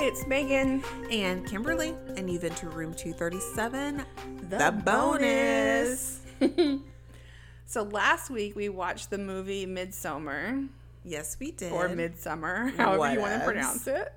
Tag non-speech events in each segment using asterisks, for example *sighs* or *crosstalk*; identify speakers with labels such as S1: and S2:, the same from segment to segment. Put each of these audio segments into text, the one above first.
S1: It's Megan.
S2: and Kimberly, and you've entered room 237, the,
S1: bonus. So last week we watched the movie Midsummer
S2: Yes, we did.
S1: or Midsummer, however you want
S2: Whatevs.
S1: to pronounce it.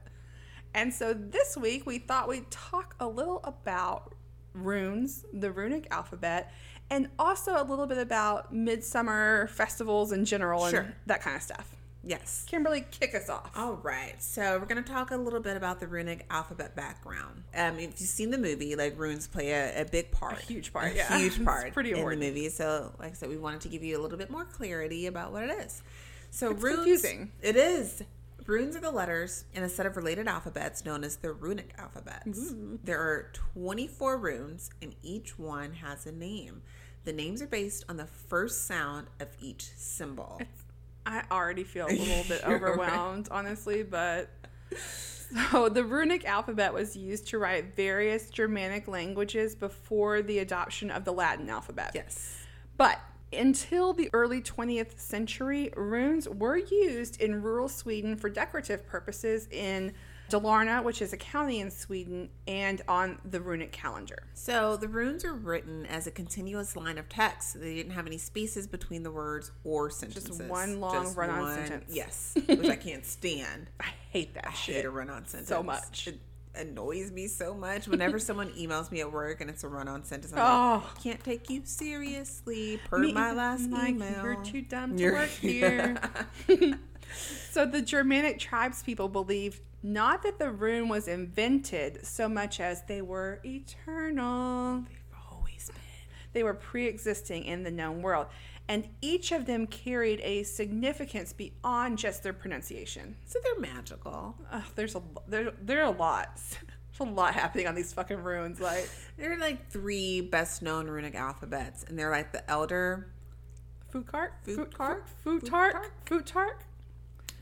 S1: And so this week we thought we'd talk a little about runes, the runic alphabet, and also a little bit about midsummer festivals in general and
S2: Sure.
S1: that kind of stuff.
S2: Yes.
S1: Kimberly, kick us off.
S2: All right, so we're going to talk a little bit about the runic alphabet background. Um, if you've seen the movie, like runes play a, a big part, a
S1: huge part, yeah. *laughs*
S2: huge
S1: It's
S2: part,
S1: pretty
S2: in the
S1: important.
S2: movie. So, like I said, we wanted to give you a little bit more clarity about what it is. So,
S1: It's
S2: runes.
S1: confusing.
S2: It is. Runes are the letters in a set of related alphabets known as the runic alphabets. There are 24 runes, and each one has a name. The names are based on the first sound of each symbol.
S1: I already feel a little bit
S2: *laughs* You're right.
S1: overwhelmed, honestly, but. So, the runic alphabet was used to write various Germanic languages before the adoption of the Latin alphabet.
S2: Yes.
S1: But until the early 20th century, runes were used in rural Sweden for decorative purposes in Dalarna, which is a county in Sweden, and on the runic calendar.
S2: So the runes are written as a continuous line of text. They didn't have any spaces between the words or sentences.
S1: one long run-on sentence. *laughs*
S2: Yes, which I can't stand.
S1: I hate that
S2: I
S1: shit.
S2: hate a run-on sentence
S1: much.
S2: It annoys me so
S1: *laughs*
S2: much. Whenever someone emails me at work and it's a run-on sentence, I'm like,
S1: Oh.
S2: "Can't take you seriously." Per
S1: Me
S2: my
S1: either.
S2: last
S1: Mike,
S2: email,
S1: You're too dumb to
S2: You're-
S1: work
S2: *laughs*
S1: here. *laughs* so the Germanic tribes people believed not that the rune was invented so much as they were eternal.
S2: Always been.
S1: They were pre existing in the known world. And each of them carried a significance beyond just their pronunciation.
S2: So they're magical.
S1: Ugh, there's a lo- there there are a lot. *laughs* There's a lot happening on these fucking runes. Like
S2: There are like three best-known runic alphabets, and they're like the Elder,
S1: Futark,
S2: Futkark?
S1: Futark, Futark.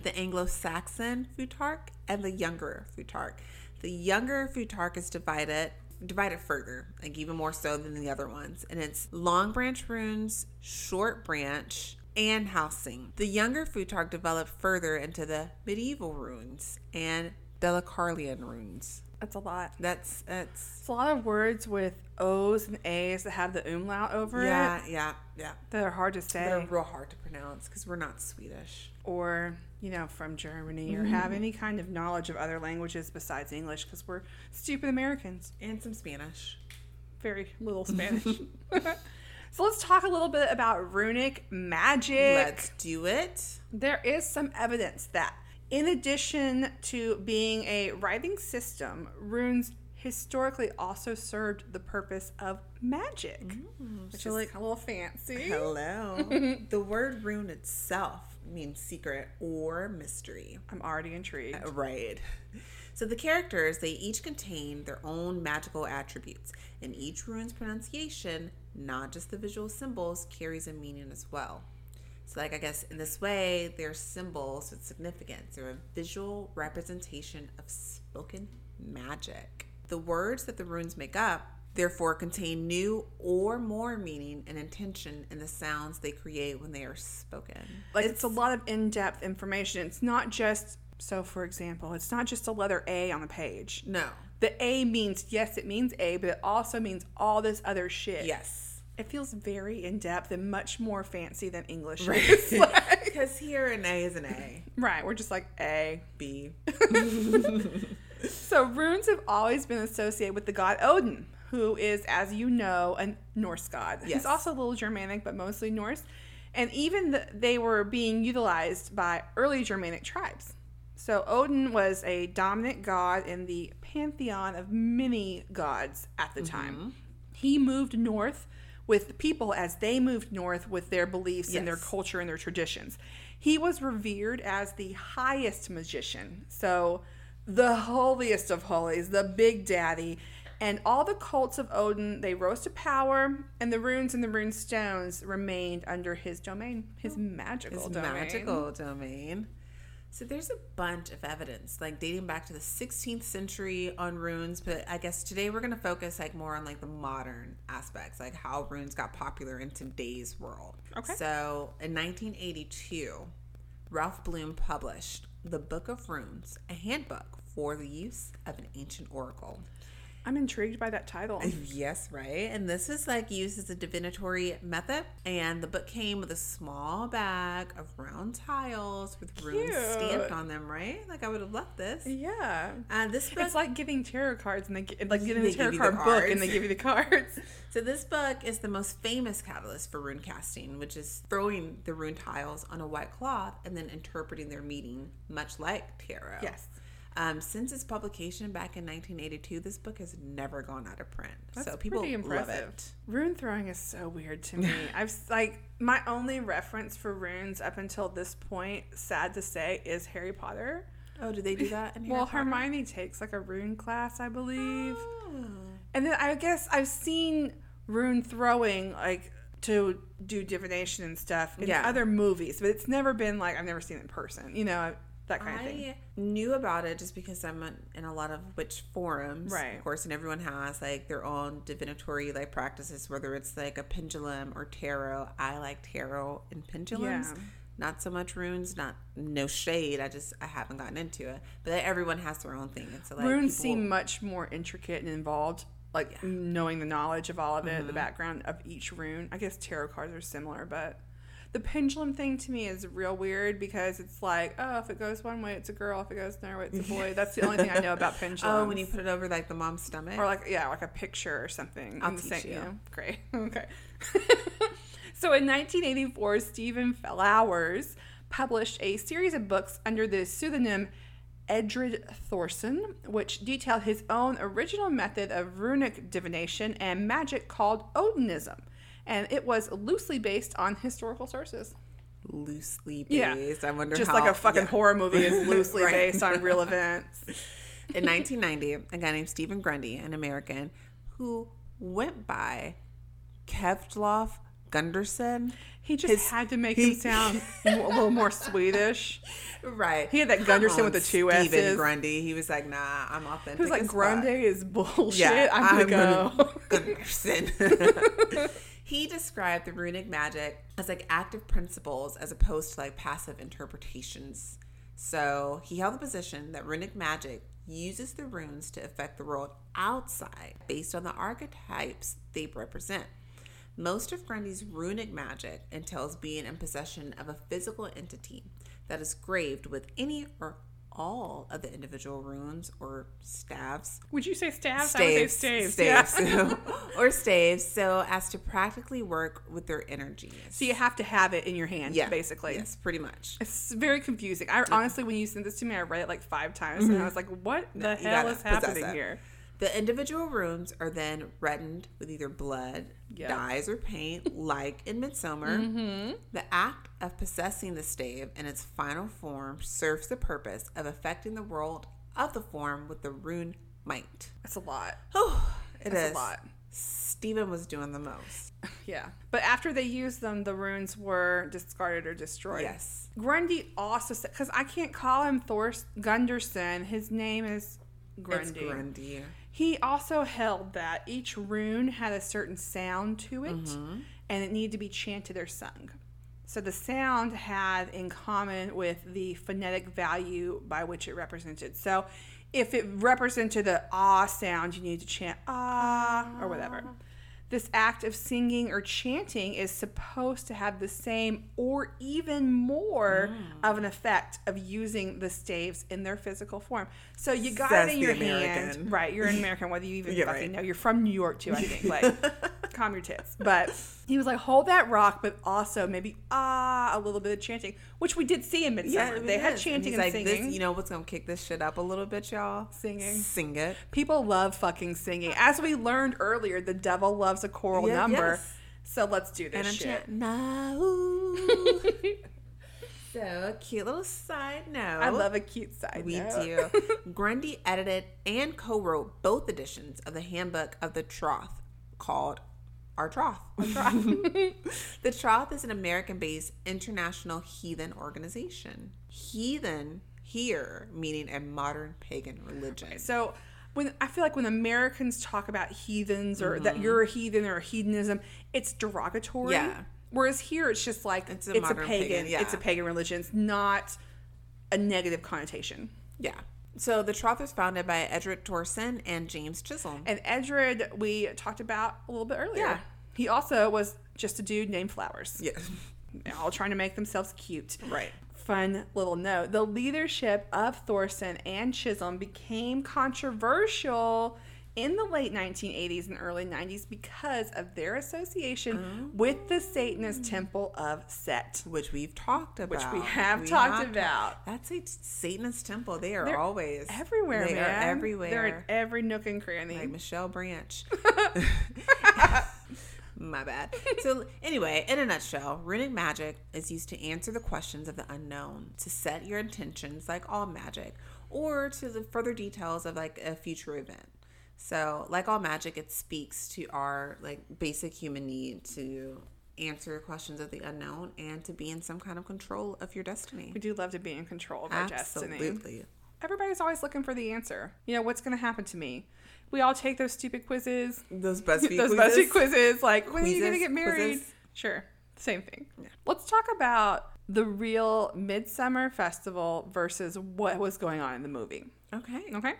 S2: the Anglo-Saxon Futark and the younger Futark. The younger Futark is divided divided further, like even more so than the other ones, and it's long branch runes, short branch, and housing. The younger Futark developed further into the medieval runes and Delacarlian runes.
S1: That's a lot.
S2: That's that's
S1: It's a lot of words with O's and A's that have the umlaut over it
S2: yeah, yeah, yeah.
S1: that are hard to
S2: They're
S1: say,
S2: real hard to pronounce because we're not Swedish.
S1: or you know, from Germany,
S2: Mm-hmm.
S1: or have any kind of knowledge of other languages besides English because we're stupid Americans.
S2: And some Spanish.
S1: Very little
S2: *laughs*
S1: Spanish. *laughs* so let's talk a little bit about runic magic.
S2: Let's do it.
S1: There is some evidence that, in addition to being a writing system, runes historically also served the purpose of magic,
S2: Mm.
S1: which is like a little fancy.
S2: Hello. the word rune itself means secret or mystery.
S1: I'm already intrigued.
S2: Right. So the characters, they each contain their own magical attributes, and each rune's pronunciation, not just the visual symbols, carries a meaning as well. So, like, I guess in this way, they're symbols with significance. They're a visual representation of spoken magic. The words that the runes make up, therefore, contain new or more meaning and intention in the sounds they create when they are spoken.
S1: Like it's, a lot of in-depth information. It's not just so for example, it's not just a letter A on a page.
S2: No.
S1: The A means yes, it means A, but it also means all this other shit.
S2: Yes.
S1: It feels very in-depth and much more fancy than English. is. *laughs*
S2: *laughs*
S1: Like-
S2: Because here an A is an A,
S1: right, we're just like A. *laughs*
S2: B.
S1: So runes have always been associated with the god Odin, who is, as you know, a Norse god.
S2: Yes.
S1: He's also a little Germanic, but mostly Norse. And even th they were being utilized by early Germanic tribes. So Odin was a dominant god in the pantheon of many gods at the
S2: Mm-hmm.
S1: time. He moved north with the people as they moved north with their beliefs and their
S2: Yes.
S1: culture and their traditions. He was revered as the highest magician, so the holiest of holies, the big daddy. And all the cults of Odin, they rose to power, and the runes and the rune stones remained under his domain, his magical
S2: It's
S1: domain.
S2: magical domain. So there's a bunch of evidence, like dating back to the 16th century on runes, but I guess today we're gonna focus like more on like the modern aspects, like how runes got popular in today's world.
S1: Okay.
S2: So in 1982, Ralph Bloom published The Book of Runes, a handbook for the use of an ancient oracle.
S1: I'm intrigued by that title.
S2: Yes, right. And this is like used as a divinatory method. And the book came with a small bag of round tiles with runes
S1: Cute.
S2: stamped on them, right? Like I would have loved this.
S1: yeah.
S2: Uh, this book
S1: It's like getting tarot cards and they gi- like getting
S2: They
S1: a
S2: give
S1: tarot
S2: you the
S1: card book
S2: cards.
S1: and they give you the *laughs* cards.
S2: So this book is the most famous catalyst for rune casting, which is throwing the rune tiles on a white cloth and then interpreting their meaning, much like tarot.
S1: Yes.
S2: Um, since its publication back in 1982, this book has never gone out of print. so people
S1: pretty
S2: love
S1: impressive.
S2: it.
S1: Rune throwing is so weird to
S2: *laughs*
S1: me. I've s- like my only reference for runes up until this point, sad to say, is Harry Potter.
S2: Oh, do they do
S1: *laughs*
S2: that? In
S1: well,
S2: Harry Potter?
S1: Hermione takes like a rune class, I believe.
S2: Oh.
S1: And then I guess I've seen rune throwing like to do divination and stuff in
S2: Yeah.
S1: other movies, but it's never been like I've never seen it in person, you know, that kind of thing.
S2: I knew about it just because I'm on- in a lot of witch forums,
S1: Right.
S2: Of course, and everyone has like their own divinatory like practices, whether it's like a pendulum or tarot. I like tarot and pendulums.
S1: Yeah.
S2: Not so much runes, not no shade. I just I haven't gotten into it, but everyone has their own thing, and so like
S1: runes
S2: people-
S1: seem much more intricate and involved like knowing the knowledge of all of it
S2: Mm-hmm.
S1: the background of each rune i guess tarot cards are similar but the pendulum thing to me is real weird because it's like oh if it goes one way it's a girl if it goes another way it's a boy that's the only thing i know about pendulums
S2: *laughs* Oh, when you put it over like the mom's stomach,
S1: or like yeah like a picture or something
S2: I'll
S1: in the
S2: teach
S1: same-
S2: you.
S1: know, great *laughs* okay so in 1984 stephen flowers published a series of books under the pseudonym edred thorson which detailed his own original method of runic divination and magic called odinism and it was loosely based on historical sources
S2: loosely
S1: Yeah.
S2: based. I wonder
S1: just
S2: how,
S1: like a fucking
S2: yeah.
S1: horror movie is
S2: *laughs*
S1: loosely
S2: Right.
S1: based on real events
S2: In 1990, a guy named Stephen Grundy, an American, who went by Kevdlof Gunderson.
S1: he just had to make him
S2: *laughs*
S1: sound a little more swedish
S2: Right.
S1: He had that Gunderson with the two S's.
S2: Stephen Grundy. He was like, nah, I'm authentic.
S1: Who's like
S2: as fuck."
S1: Grande is *laughs* bullshit.
S2: Yeah,
S1: I'm gonna
S2: I'm
S1: go.
S2: *laughs* Gunderson. he described the runic magic as like active principles as opposed to like passive interpretations. So he held the position that runic magic uses the runes to affect the world outside based on the archetypes they represent. Most of Grundy's runic magic entails being in possession of a physical entity that is graved with any or all of the individual runes or staves
S1: *laughs* Would you say staves? I would
S2: staves,
S1: say staves.
S2: staves, *laughs*
S1: Yeah. *laughs*
S2: or staves, so as to practically work with their energies.
S1: So you have to have it in your hand, basically.
S2: yes, pretty much.
S1: It's very confusing. I honestly, when you sent this to me, I read it like five times, and I was like, "What the
S2: you
S1: hell
S2: gotta
S1: is
S2: possess
S1: happening
S2: it.
S1: here?"
S2: The individual rooms are then reddened with either blood,
S1: Yep. Mm-hmm.
S2: dyes,
S1: *laughs*
S2: or paint, like in Midsummer. The act of possessing the stave in its final form serves the purpose of affecting the world of the form with the rune might.
S1: That's a *sighs* lot.
S2: Oh, it is
S1: That's a lot.
S2: Stephen was doing the most.
S1: Yeah. But after they used them, the runes were discarded or destroyed.
S2: Yes.
S1: Grundy also said, because I can't call him Thor Gunderson. His name is
S2: It's
S1: Grundy.
S2: Grundy.
S1: He also held that each rune had a certain sound to it
S2: Mm-hmm.
S1: and it needed to be chanted or sung. So the sound had in common with the phonetic value by which it represented. So if it represented the ah sound, you need to chant ah or whatever. This act of singing or chanting is supposed to have the same or even more
S2: Mm.
S1: of an effect of using the staves in their physical form. So you got
S2: Says
S1: it in
S2: the
S1: your
S2: American.
S1: hand, Right, *laughs* you're an American, whether you even
S2: Yeah,
S1: fucking
S2: right.
S1: know. You're from New York too, I think. *laughs* Like, calm your tits. But he was like, hold that rock, but also maybe ah a little bit of chanting, which we did see in Midsummer.
S2: we
S1: they had
S2: did.
S1: chanting and,
S2: he's like,
S1: singing.
S2: This, you know what's gonna kick this shit up a little bit, y'all?
S1: Singing.
S2: sing it.
S1: People love fucking singing. As we learned earlier, the devil loves a choral
S2: Yeah,
S1: number.
S2: yes.
S1: So let's do this
S2: And I'm
S1: shit.
S2: chanting.
S1: *laughs*
S2: "Now." so cute little side note.
S1: I love a cute side.
S2: We
S1: note.
S2: do.
S1: *laughs*
S2: Grundy edited and co-wrote both editions of the handbook of the Troth, called Our Troth.
S1: *laughs*
S2: *laughs* the Troth is an American-based international heathen organization. Heathen here meaning a modern pagan religion.
S1: So when I feel like when Americans talk about heathens or that you're a heathen or heathenism, it's derogatory.
S2: Mm-hmm. Yeah.
S1: Whereas here it's just like it's
S2: It's
S1: a,
S2: a modern
S1: pagan,
S2: pagan, yeah.
S1: it's a pagan religion. It's not a negative connotation.
S2: Yeah. So the trough was founded by Edric Torsen and James Chisholm.
S1: And Edred, we talked about a little bit earlier.
S2: Yeah.
S1: He also was just a dude named Flowers,
S2: Yeah. *laughs*
S1: all trying to make themselves cute.
S2: Right.
S1: Fun little note. The leadership of Thorson and Chisholm became controversial in the late 1980s and early 90s because of their association
S2: Oh.
S1: with the Satanist temple of Set,
S2: Which we've talked about.
S1: which we have talked
S2: have-
S1: about.
S2: That's a Satanist temple. They are
S1: They're
S2: always
S1: Everywhere,
S2: They
S1: man.
S2: are everywhere.
S1: They're in every nook and cranny.
S2: like Michelle
S1: *laughs*
S2: Branch. *laughs* My bad. So, anyway, in a nutshell, runic magic is used to answer the questions of the unknown, to set your intentions like all magic, or to the further details of like a future event. So, like all magic, it speaks to our like basic human need to answer questions of the unknown and to be in some kind of control of your destiny.
S1: we do love to be in control of our destiny.
S2: Absolutely.
S1: everybody's always looking for the answer. You know, what's going to happen to me? We all take those stupid quizzes,
S2: Those BuzzFeed
S1: *laughs* *laughs* those
S2: quizzes.
S1: BuzzFeed quizzes, like when are you going to
S2: Quizzes,
S1: get married?
S2: quizzes.
S1: Sure, same thing. Let's talk about the real Midsummer Festival versus what was going on in the movie.
S2: Okay.
S1: Okay.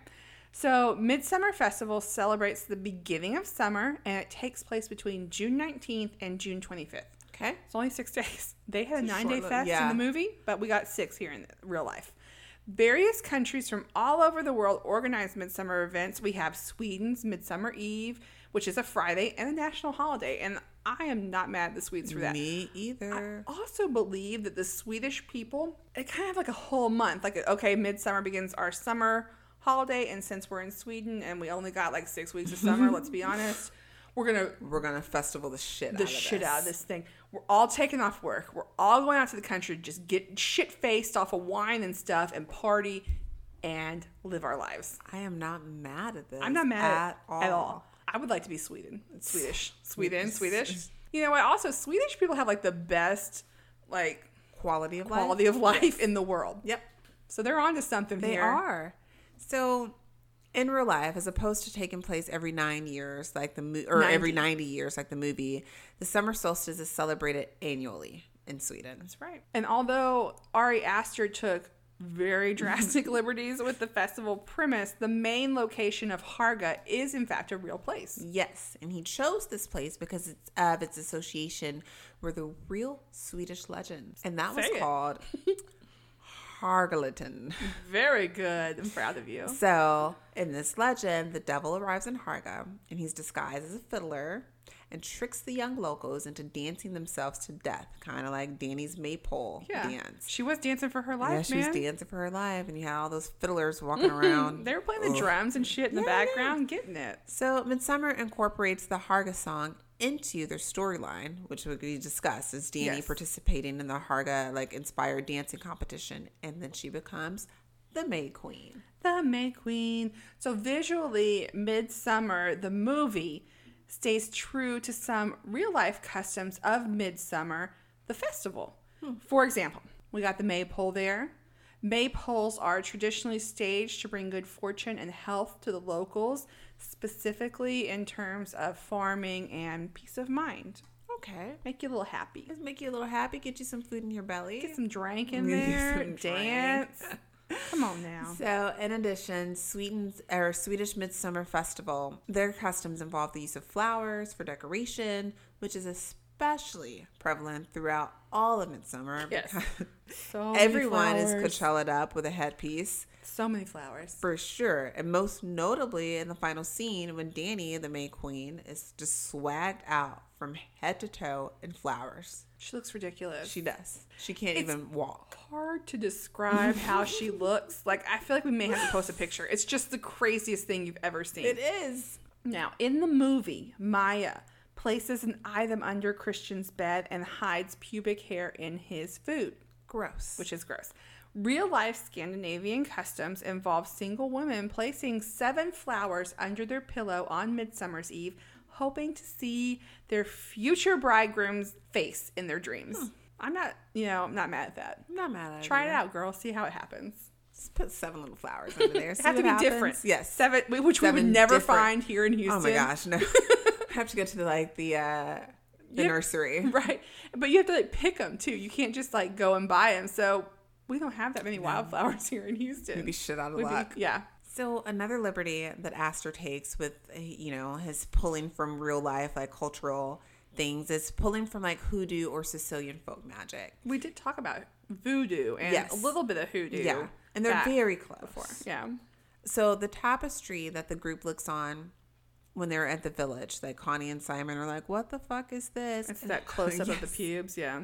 S1: So, Midsummer Festival celebrates the beginning of summer and it takes place between June 19th and June 25th.
S2: Okay.
S1: It's only six *laughs* days. They had a
S2: It's a
S1: nine day
S2: short li-
S1: fest
S2: yeah.
S1: in the movie, but we got six here in the real life. Various countries from all over the world organize midsummer events. We have Sweden's Midsummer Eve, which is a Friday and a national holiday. And I am not mad at the Swedes for that.
S2: Me either.
S1: Also, believe that the Swedish people, it kind of like a whole month, like, okay, midsummer begins our summer holiday. And since we're in Sweden and we only got like six weeks of summer, let's
S2: *laughs*
S1: be honest, we're going to
S2: we're gonna festival the shit
S1: the
S2: out of
S1: shit
S2: this.
S1: out of this thing. We're all taking off work. We're all going out to the country, to just get shit faced off of wine and stuff and party and live our lives.
S2: I am not mad at this.
S1: I'm not mad at, at all. I would like to be Sweden. Swedish. Sweden, Swedish. You know what? Also, Swedish people have like the best like
S2: Quality of life.
S1: quality of life in the world.
S2: Yep,
S1: So they're onto something
S2: they
S1: here.
S2: are. So, in real life, as opposed to taking place every nine years, like the mo- or
S1: 90.
S2: every ninety years, like the movie, the summer solstice is celebrated annually in Sweden.
S1: That's right. And although Ari Aster took very *laughs* drastic liberties with the festival premise, the main location of Harga is in fact a real place.
S2: Yes, and he chose this place because it's of its association with a real Swedish legend, and that was
S1: Say it.
S2: called
S1: *laughs*
S2: Hargleton.
S1: Very good. I'm proud of you.
S2: So, in this legend, the devil arrives in Harga and he's disguised as a fiddler and tricks the young locals into dancing themselves to death, kind of like Danny's maypole
S1: Yeah.
S2: dance.
S1: She was dancing for her
S2: Yeah,
S1: life,
S2: she was
S1: man.
S2: dancing for her life, and you had all those
S1: *laughs*
S2: fiddlers walking around.
S1: They were playing the drums and shit in the
S2: Yeah, I know.
S1: background, getting it.
S2: So, Midsummer incorporates the Harga song into their storyline, which we discussed as Danny
S1: Yes.
S2: participating in the Harga like inspired dancing competition, and then she becomes the May Queen.
S1: The May Queen. So visually, Midsummer, the movie, stays true to some real life customs of Midsummer, the festival.
S2: Hmm.
S1: For example, we got the maypole there. Maypoles are traditionally staged to bring good fortune and health to the locals, specifically in terms of farming and peace of mind.
S2: Okay.
S1: Make you a little happy.
S2: Just make you a little happy, get you some food in your belly.
S1: Get some drink in
S2: Get
S1: there,
S2: some drink.
S1: dance. Come on
S2: *laughs*
S1: now.
S2: So, in addition, Sweden's or Swedish Midsummer Festival, their customs involve the use of flowers for decoration, which is especially prevalent throughout all of Midsummer.
S1: Yes.
S2: because
S1: So many
S2: Everyone is
S1: flowers.
S2: Coachella up with a headpiece
S1: So many flowers.
S2: for sure, and most notably in the final scene when Danny, the May Queen, is just swagged out from head to toe in flowers.
S1: She looks ridiculous.
S2: She does. She can't
S1: It's-
S2: even walk.
S1: Hard to describe how
S2: *laughs*
S1: she looks. Like I feel like we may have to post a picture. It's just the craziest thing you've ever seen.
S2: It is.
S1: Now, in the movie, Maya places an item under Christian's bed and hides pubic hair in his food,
S2: Gross.
S1: which is gross. Real life Scandinavian customs involve single women placing seven flowers under their pillow on Midsummer's Eve, hoping to see their future bridegroom's face in their dreams.
S2: Hmm.
S1: I'm not, you know, I'm not mad at that.
S2: I'm not mad at
S1: Try it out, girl. See how it happens.
S2: Just put seven little *laughs* flowers under there.
S1: It have to be different.
S2: Yes.
S1: seven, we- which we
S2: Seven
S1: would never
S2: different.
S1: find here in Houston.
S2: Oh
S1: *laughs*
S2: my gosh, *laughs* no. I have to go to the like the uh the
S1: Yep.
S2: nursery. *laughs*
S1: Right, but you have to like pick them too. You can't just like go and buy them. So we don't have that many wildflowers *laughs* here in Houston.
S2: We'd be shit out of
S1: We'd be-
S2: luck.
S1: yeah.
S2: So another liberty that Astor takes with uh, you know his pulling from real life like cultural things is pulling from like hoodoo or Sicilian folk magic.
S1: We did talk about voodoo and
S2: Yes.
S1: a little bit of hoodoo.
S2: Yeah, and they're
S1: back
S2: very close.
S1: before. Yeah.
S2: So the tapestry that the group looks on when they're at the village, like Connie and Simon are like, "What the fuck is this?"
S1: It's
S2: And- *laughs*
S1: that close up of the
S2: Yes.
S1: pubes. Yeah.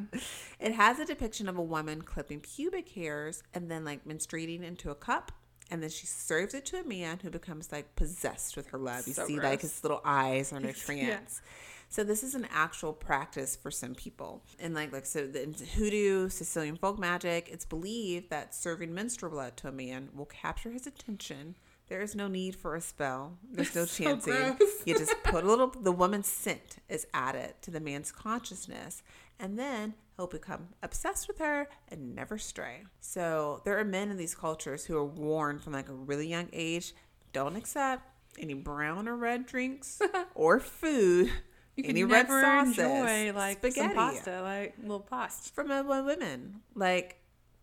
S2: It has a depiction of a woman clipping pubic hairs and then like menstruating into a cup. And then she serves it to a man who becomes like possessed with her love. You
S1: So
S2: see,
S1: gross.
S2: like his little
S1: *laughs*
S2: eyes are in a trance. So this is an actual practice for some people. And like like so the in hoodoo, Sicilian folk magic, it's believed that serving menstrual blood to a man will capture his attention. There is no need for a spell. There's
S1: *laughs*
S2: no
S1: So
S2: chancing.
S1: gross. *laughs*
S2: You just put a little, the woman's scent is added to the man's consciousness, and then he'll become obsessed with her and never stray. So there are men in these cultures who are warned from like a really young age don't accept any brown or red
S1: *laughs*
S2: drinks or food,
S1: You can
S2: any red
S1: never
S2: sauces,
S1: enjoy like
S2: spaghetti.
S1: some pasta, like little pasta.
S2: From uh, wo- women, like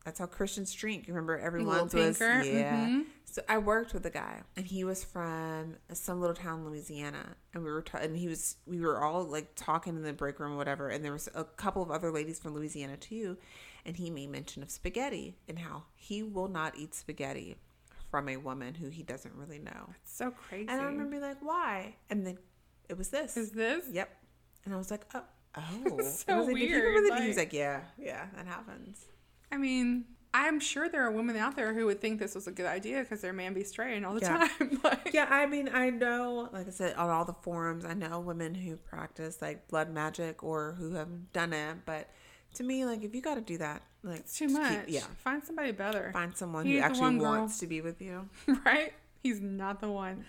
S2: that's how Christians drink. You remember everyone's
S1: Little
S2: was
S1: pinker,
S2: yeah.
S1: mhm.
S2: So I worked with a guy, and he was from some little town, in Louisiana, and we were ta- and he was we were all like talking in the break room or whatever, and there was a couple of other ladies from Louisiana too, and he made mention of spaghetti and how he will not eat spaghetti from a woman who he doesn't really know.
S1: So crazy.
S2: And I remember being like, why? And then it was this.
S1: Is this?
S2: Yep. And I was like, oh. *laughs* Oh,
S1: It's
S2: And I
S1: so
S2: was like, "Did you
S1: weird,
S2: remember that?" He was
S1: like-
S2: like, yeah, yeah, that happens.
S1: I mean, I'm sure there are women out there who would think this was a good idea because their man be straying all the
S2: Yeah.
S1: time. *laughs* like,
S2: Yeah, I mean, I know, like I said, on all the forums, I know women who practice like blood magic or who have done it. But to me, like, if you got to do that, like,
S1: it's too
S2: just
S1: much.
S2: keep- yeah,
S1: Find somebody better,
S2: find someone
S1: He's
S2: who
S1: the
S2: actually
S1: one girl.
S2: wants to be with you.
S1: *laughs* right? He's not the one.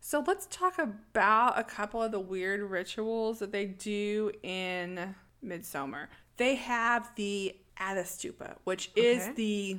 S1: So let's talk about a couple of the weird rituals that they do in Midsummer. They have the Adistupa, which is
S2: Okay.
S1: the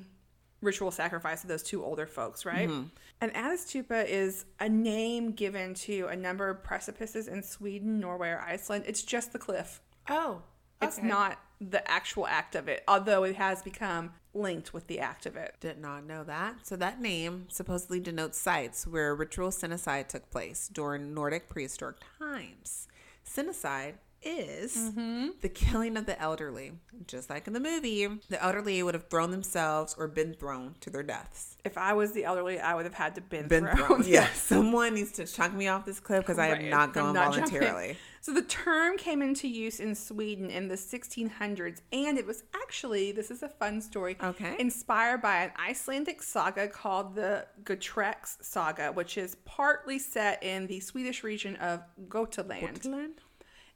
S1: ritual sacrifice of those two older folks, right?
S2: Mm-hmm.
S1: An Adistupa is a name given to a number of precipices in Sweden, Norway, or Iceland. It's just the cliff.
S2: Oh,
S1: It's not the actual act of it, although it has become linked with the act of it.
S2: Did not know that. So that name supposedly denotes sites where ritual sinicide took place during Nordic prehistoric times. Sinicide is
S1: Mm-hmm.
S2: the killing of the elderly. Just like in the movie, the elderly would have thrown themselves or been thrown to their deaths.
S1: If I was the elderly, I would have had to been,
S2: Been
S1: thrown. *laughs*
S2: thrown. *laughs* Yeah. Someone needs to chuck me off this cliff because I
S1: Right.
S2: am not
S1: I'm
S2: going
S1: not jumping.
S2: voluntarily.
S1: So the term came into use in Sweden in the 1600s, and it was actually this is a fun story.
S2: Okay.
S1: Inspired by an Icelandic saga called the Gutrex Saga, which is partly set in the Swedish region of Gotland.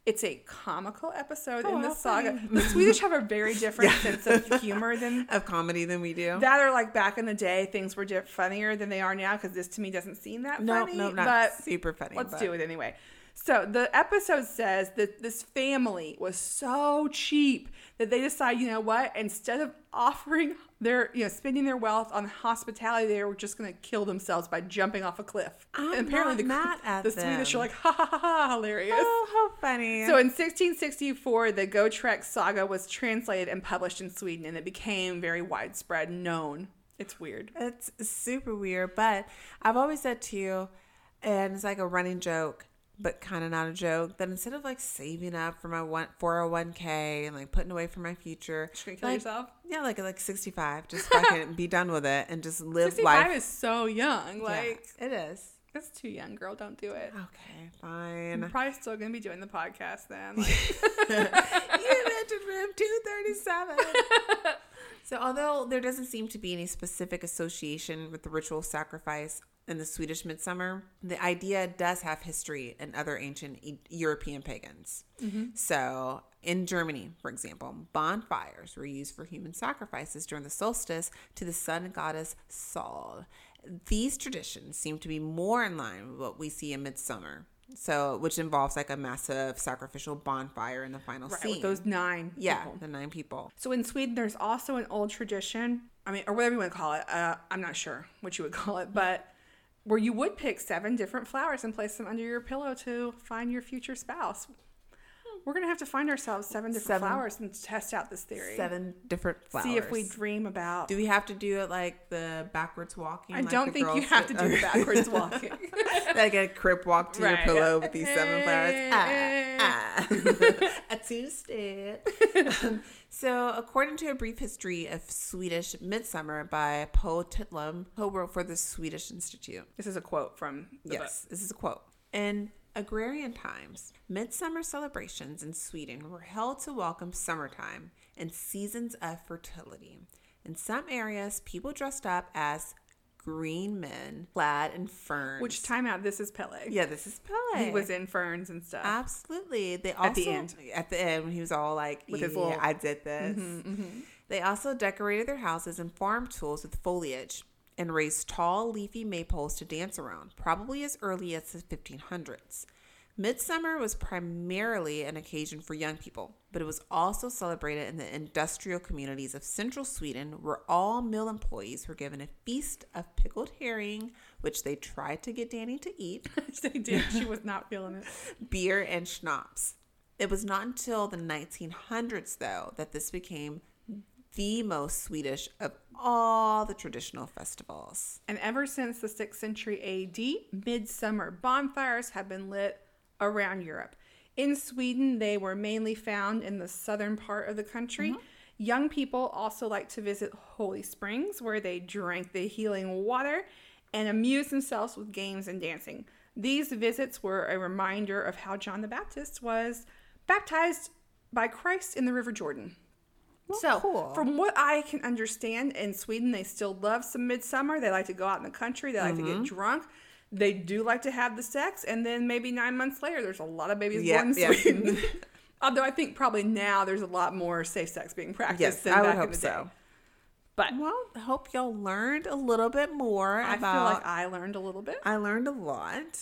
S1: It's a comical episode
S2: Oh,
S1: in the
S2: how
S1: saga.
S2: funny.
S1: The Swedish have a
S2: *laughs*
S1: very different sense of humor than
S2: Of comedy than we do.
S1: that are like back in the day things were diff- funnier than they are now because this to me doesn't seem that
S2: no,
S1: funny
S2: no, not
S1: but
S2: super funny.
S1: let's
S2: but-
S1: do it anyway so the episode says that this family was so cheap that they decide you know what instead of offering their you know spending their wealth on hospitality they were just going to kill themselves by jumping off a cliff
S2: I'm not
S1: the,
S2: mad
S1: *laughs*
S2: at
S1: the swedish
S2: them.
S1: are like ha ha ha, ha hilarious
S2: Oh, how funny.
S1: so in 1664, the Gotrek saga was translated and published in Sweden, and it became very widespread, known. It's weird.
S2: It's super weird, but I've always said to you, and it's like a running joke, but kind of not a joke. That instead of like saving up for my one four hundred one k and like putting away for my future,
S1: Just gonna kill
S2: like-
S1: yourself?
S2: Yeah, like like sixty five,
S1: *laughs*
S2: just fucking be done with it and just live
S1: 65
S2: life.
S1: is so young.
S2: Yeah,
S1: Like,
S2: it is.
S1: that's too young, girl. Don't do it.
S2: Okay,
S1: I'm *laughs*
S2: fine.
S1: probably still gonna be doing the podcast then. Like,
S2: you mentioned room 237. so, although there doesn't seem to be any specific association with the ritual sacrifice in the Swedish midsummer, the idea does have history in other ancient e- European pagans.
S1: Mm-hmm.
S2: So, in Germany, for example, bonfires were used for human sacrifices during the solstice to the sun goddess Sol. These traditions seem to be more in line with what we see in midsummer. So, which involves like a massive sacrificial bonfire in the final
S1: right,
S2: scene.
S1: with those nine.
S2: Yeah,
S1: people.
S2: the nine people.
S1: So in Sweden, there's also an old tradition. I mean, or whatever you want to call it. Uh, I'm not sure what you would *laughs* call it, but where you would pick seven different flowers and place them under your pillow to find your future spouse. We're gonna have to find ourselves seven different
S2: Seven.
S1: flowers and test out this theory.
S2: Seven different flowers.
S1: See if we dream about.
S2: do we have to do it like the backwards walking?
S1: I
S2: like
S1: don't
S2: the
S1: think you
S2: girls
S1: have to do the *laughs*
S2: Okay. *laughs*
S1: backwards walking. *laughs*
S2: like a crip walk to your
S1: Right.
S2: pillow with these seven flowers.
S1: *laughs*
S2: Ah, ah. *laughs* a two step. Um, so, according to a brief history of Swedish midsummer by Paul Titlum, who wrote for the Swedish Institute.
S1: this is a quote from the book.
S2: Yes, this is a quote. In agrarian times, midsummer celebrations in Sweden were held to welcome summertime and seasons of fertility. In some areas, people dressed up as green men clad in ferns.
S1: Which time out? This is Pele.
S2: Yeah, Ah. this is Pele.
S1: He was in ferns and stuff.
S2: Absolutely. They also
S1: At the end.
S2: At the end, when he was all like,
S1: With his
S2: "Yeah,
S1: little- Mm-hmm,
S2: I did this." They also decorated their houses and farm tools with foliage and raised tall, leafy maples to dance around, probably as early as the 1500s. Midsummer was primarily an occasion for young people, but it was also celebrated in the industrial communities of central Sweden, where all mill employees were given a feast of pickled herring, which they tried to get Danny to eat
S1: they did. *laughs* She was not feeling it.
S2: beer and schnapps. It was not until the 1900s, though, that this became the most Swedish of all the traditional festivals.
S1: And ever since the 6th century AD, midsummer bonfires have been lit around Europe. In Sweden, they were mainly found in the southern part of the country. Young people also like to visit holy springs where they drank the healing water and amused themselves with games and dancing. These visits were a reminder of how John the Baptist was baptized by Christ in the River Jordan. So,
S2: cool.
S1: from what I can understand, in Sweden, they still love some midsummer. They like to go out in the country. They like to
S2: Mm-hmm.
S1: get drunk. They do like to have the sex. And then maybe nine months later, there's a lot of babies
S2: Yeah,
S1: born in
S2: yeah.
S1: Sweden.
S2: *laughs*
S1: *laughs* Although I think probably now there's a lot more safe sex being practiced
S2: Yes,
S1: than
S2: I
S1: back
S2: would
S1: in
S2: hope
S1: the
S2: so.
S1: day. But
S2: Well, I hope y'all learned a little bit more
S1: I
S2: about.
S1: feel like I learned a little bit.
S2: I learned a lot.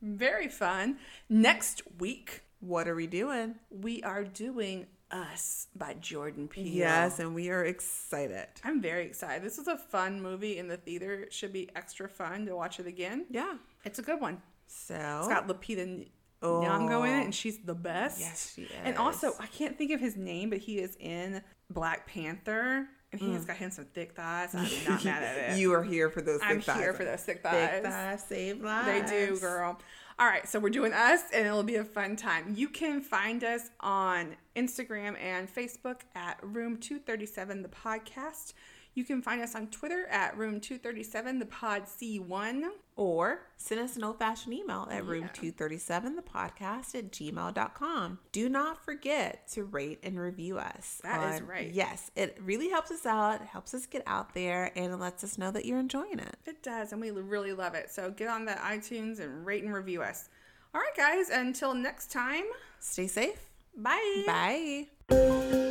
S1: Very fun. Next week,
S2: what are we doing?
S1: we are doing Us by Jordan Peele.
S2: Yes, and we are excited.
S1: I'm very excited. This was a fun movie in the theater. It should be extra fun to watch it again.
S2: Yeah.
S1: It's a good one.
S2: So.
S1: It's got Lupita
S2: Oh.
S1: Nyong'o in it, and she's the best.
S2: Yes, she
S1: And also,
S2: is.
S1: I can't think of his name, but he is in Black Panther, and he has
S2: Mm.
S1: got him some thick thighs. I'm not mad at
S2: *laughs*
S1: it.
S2: you are here for those.
S1: I'm
S2: thick
S1: here
S2: thighs.
S1: for those thick
S2: Thick
S1: thighs.
S2: thighs save lives.
S1: They do, girl. All right, so we're doing us, and it'll be a fun time. You can find us on Instagram and Facebook at Room 237, the podcast. You can find us on Twitter at Room 237, the pod C1.
S2: Or send us an old fashioned email at
S1: Yeah.
S2: room237, the podcast at gmail.com. Do not forget to rate and review us.
S1: That is right.
S2: Yes, it really helps us out, helps us get out there, and it lets us know that you're enjoying it.
S1: It does, and we really love it. So get on the iTunes and rate and review us. All right, guys, until next time,
S2: Stay safe.
S1: bye.
S2: Bye.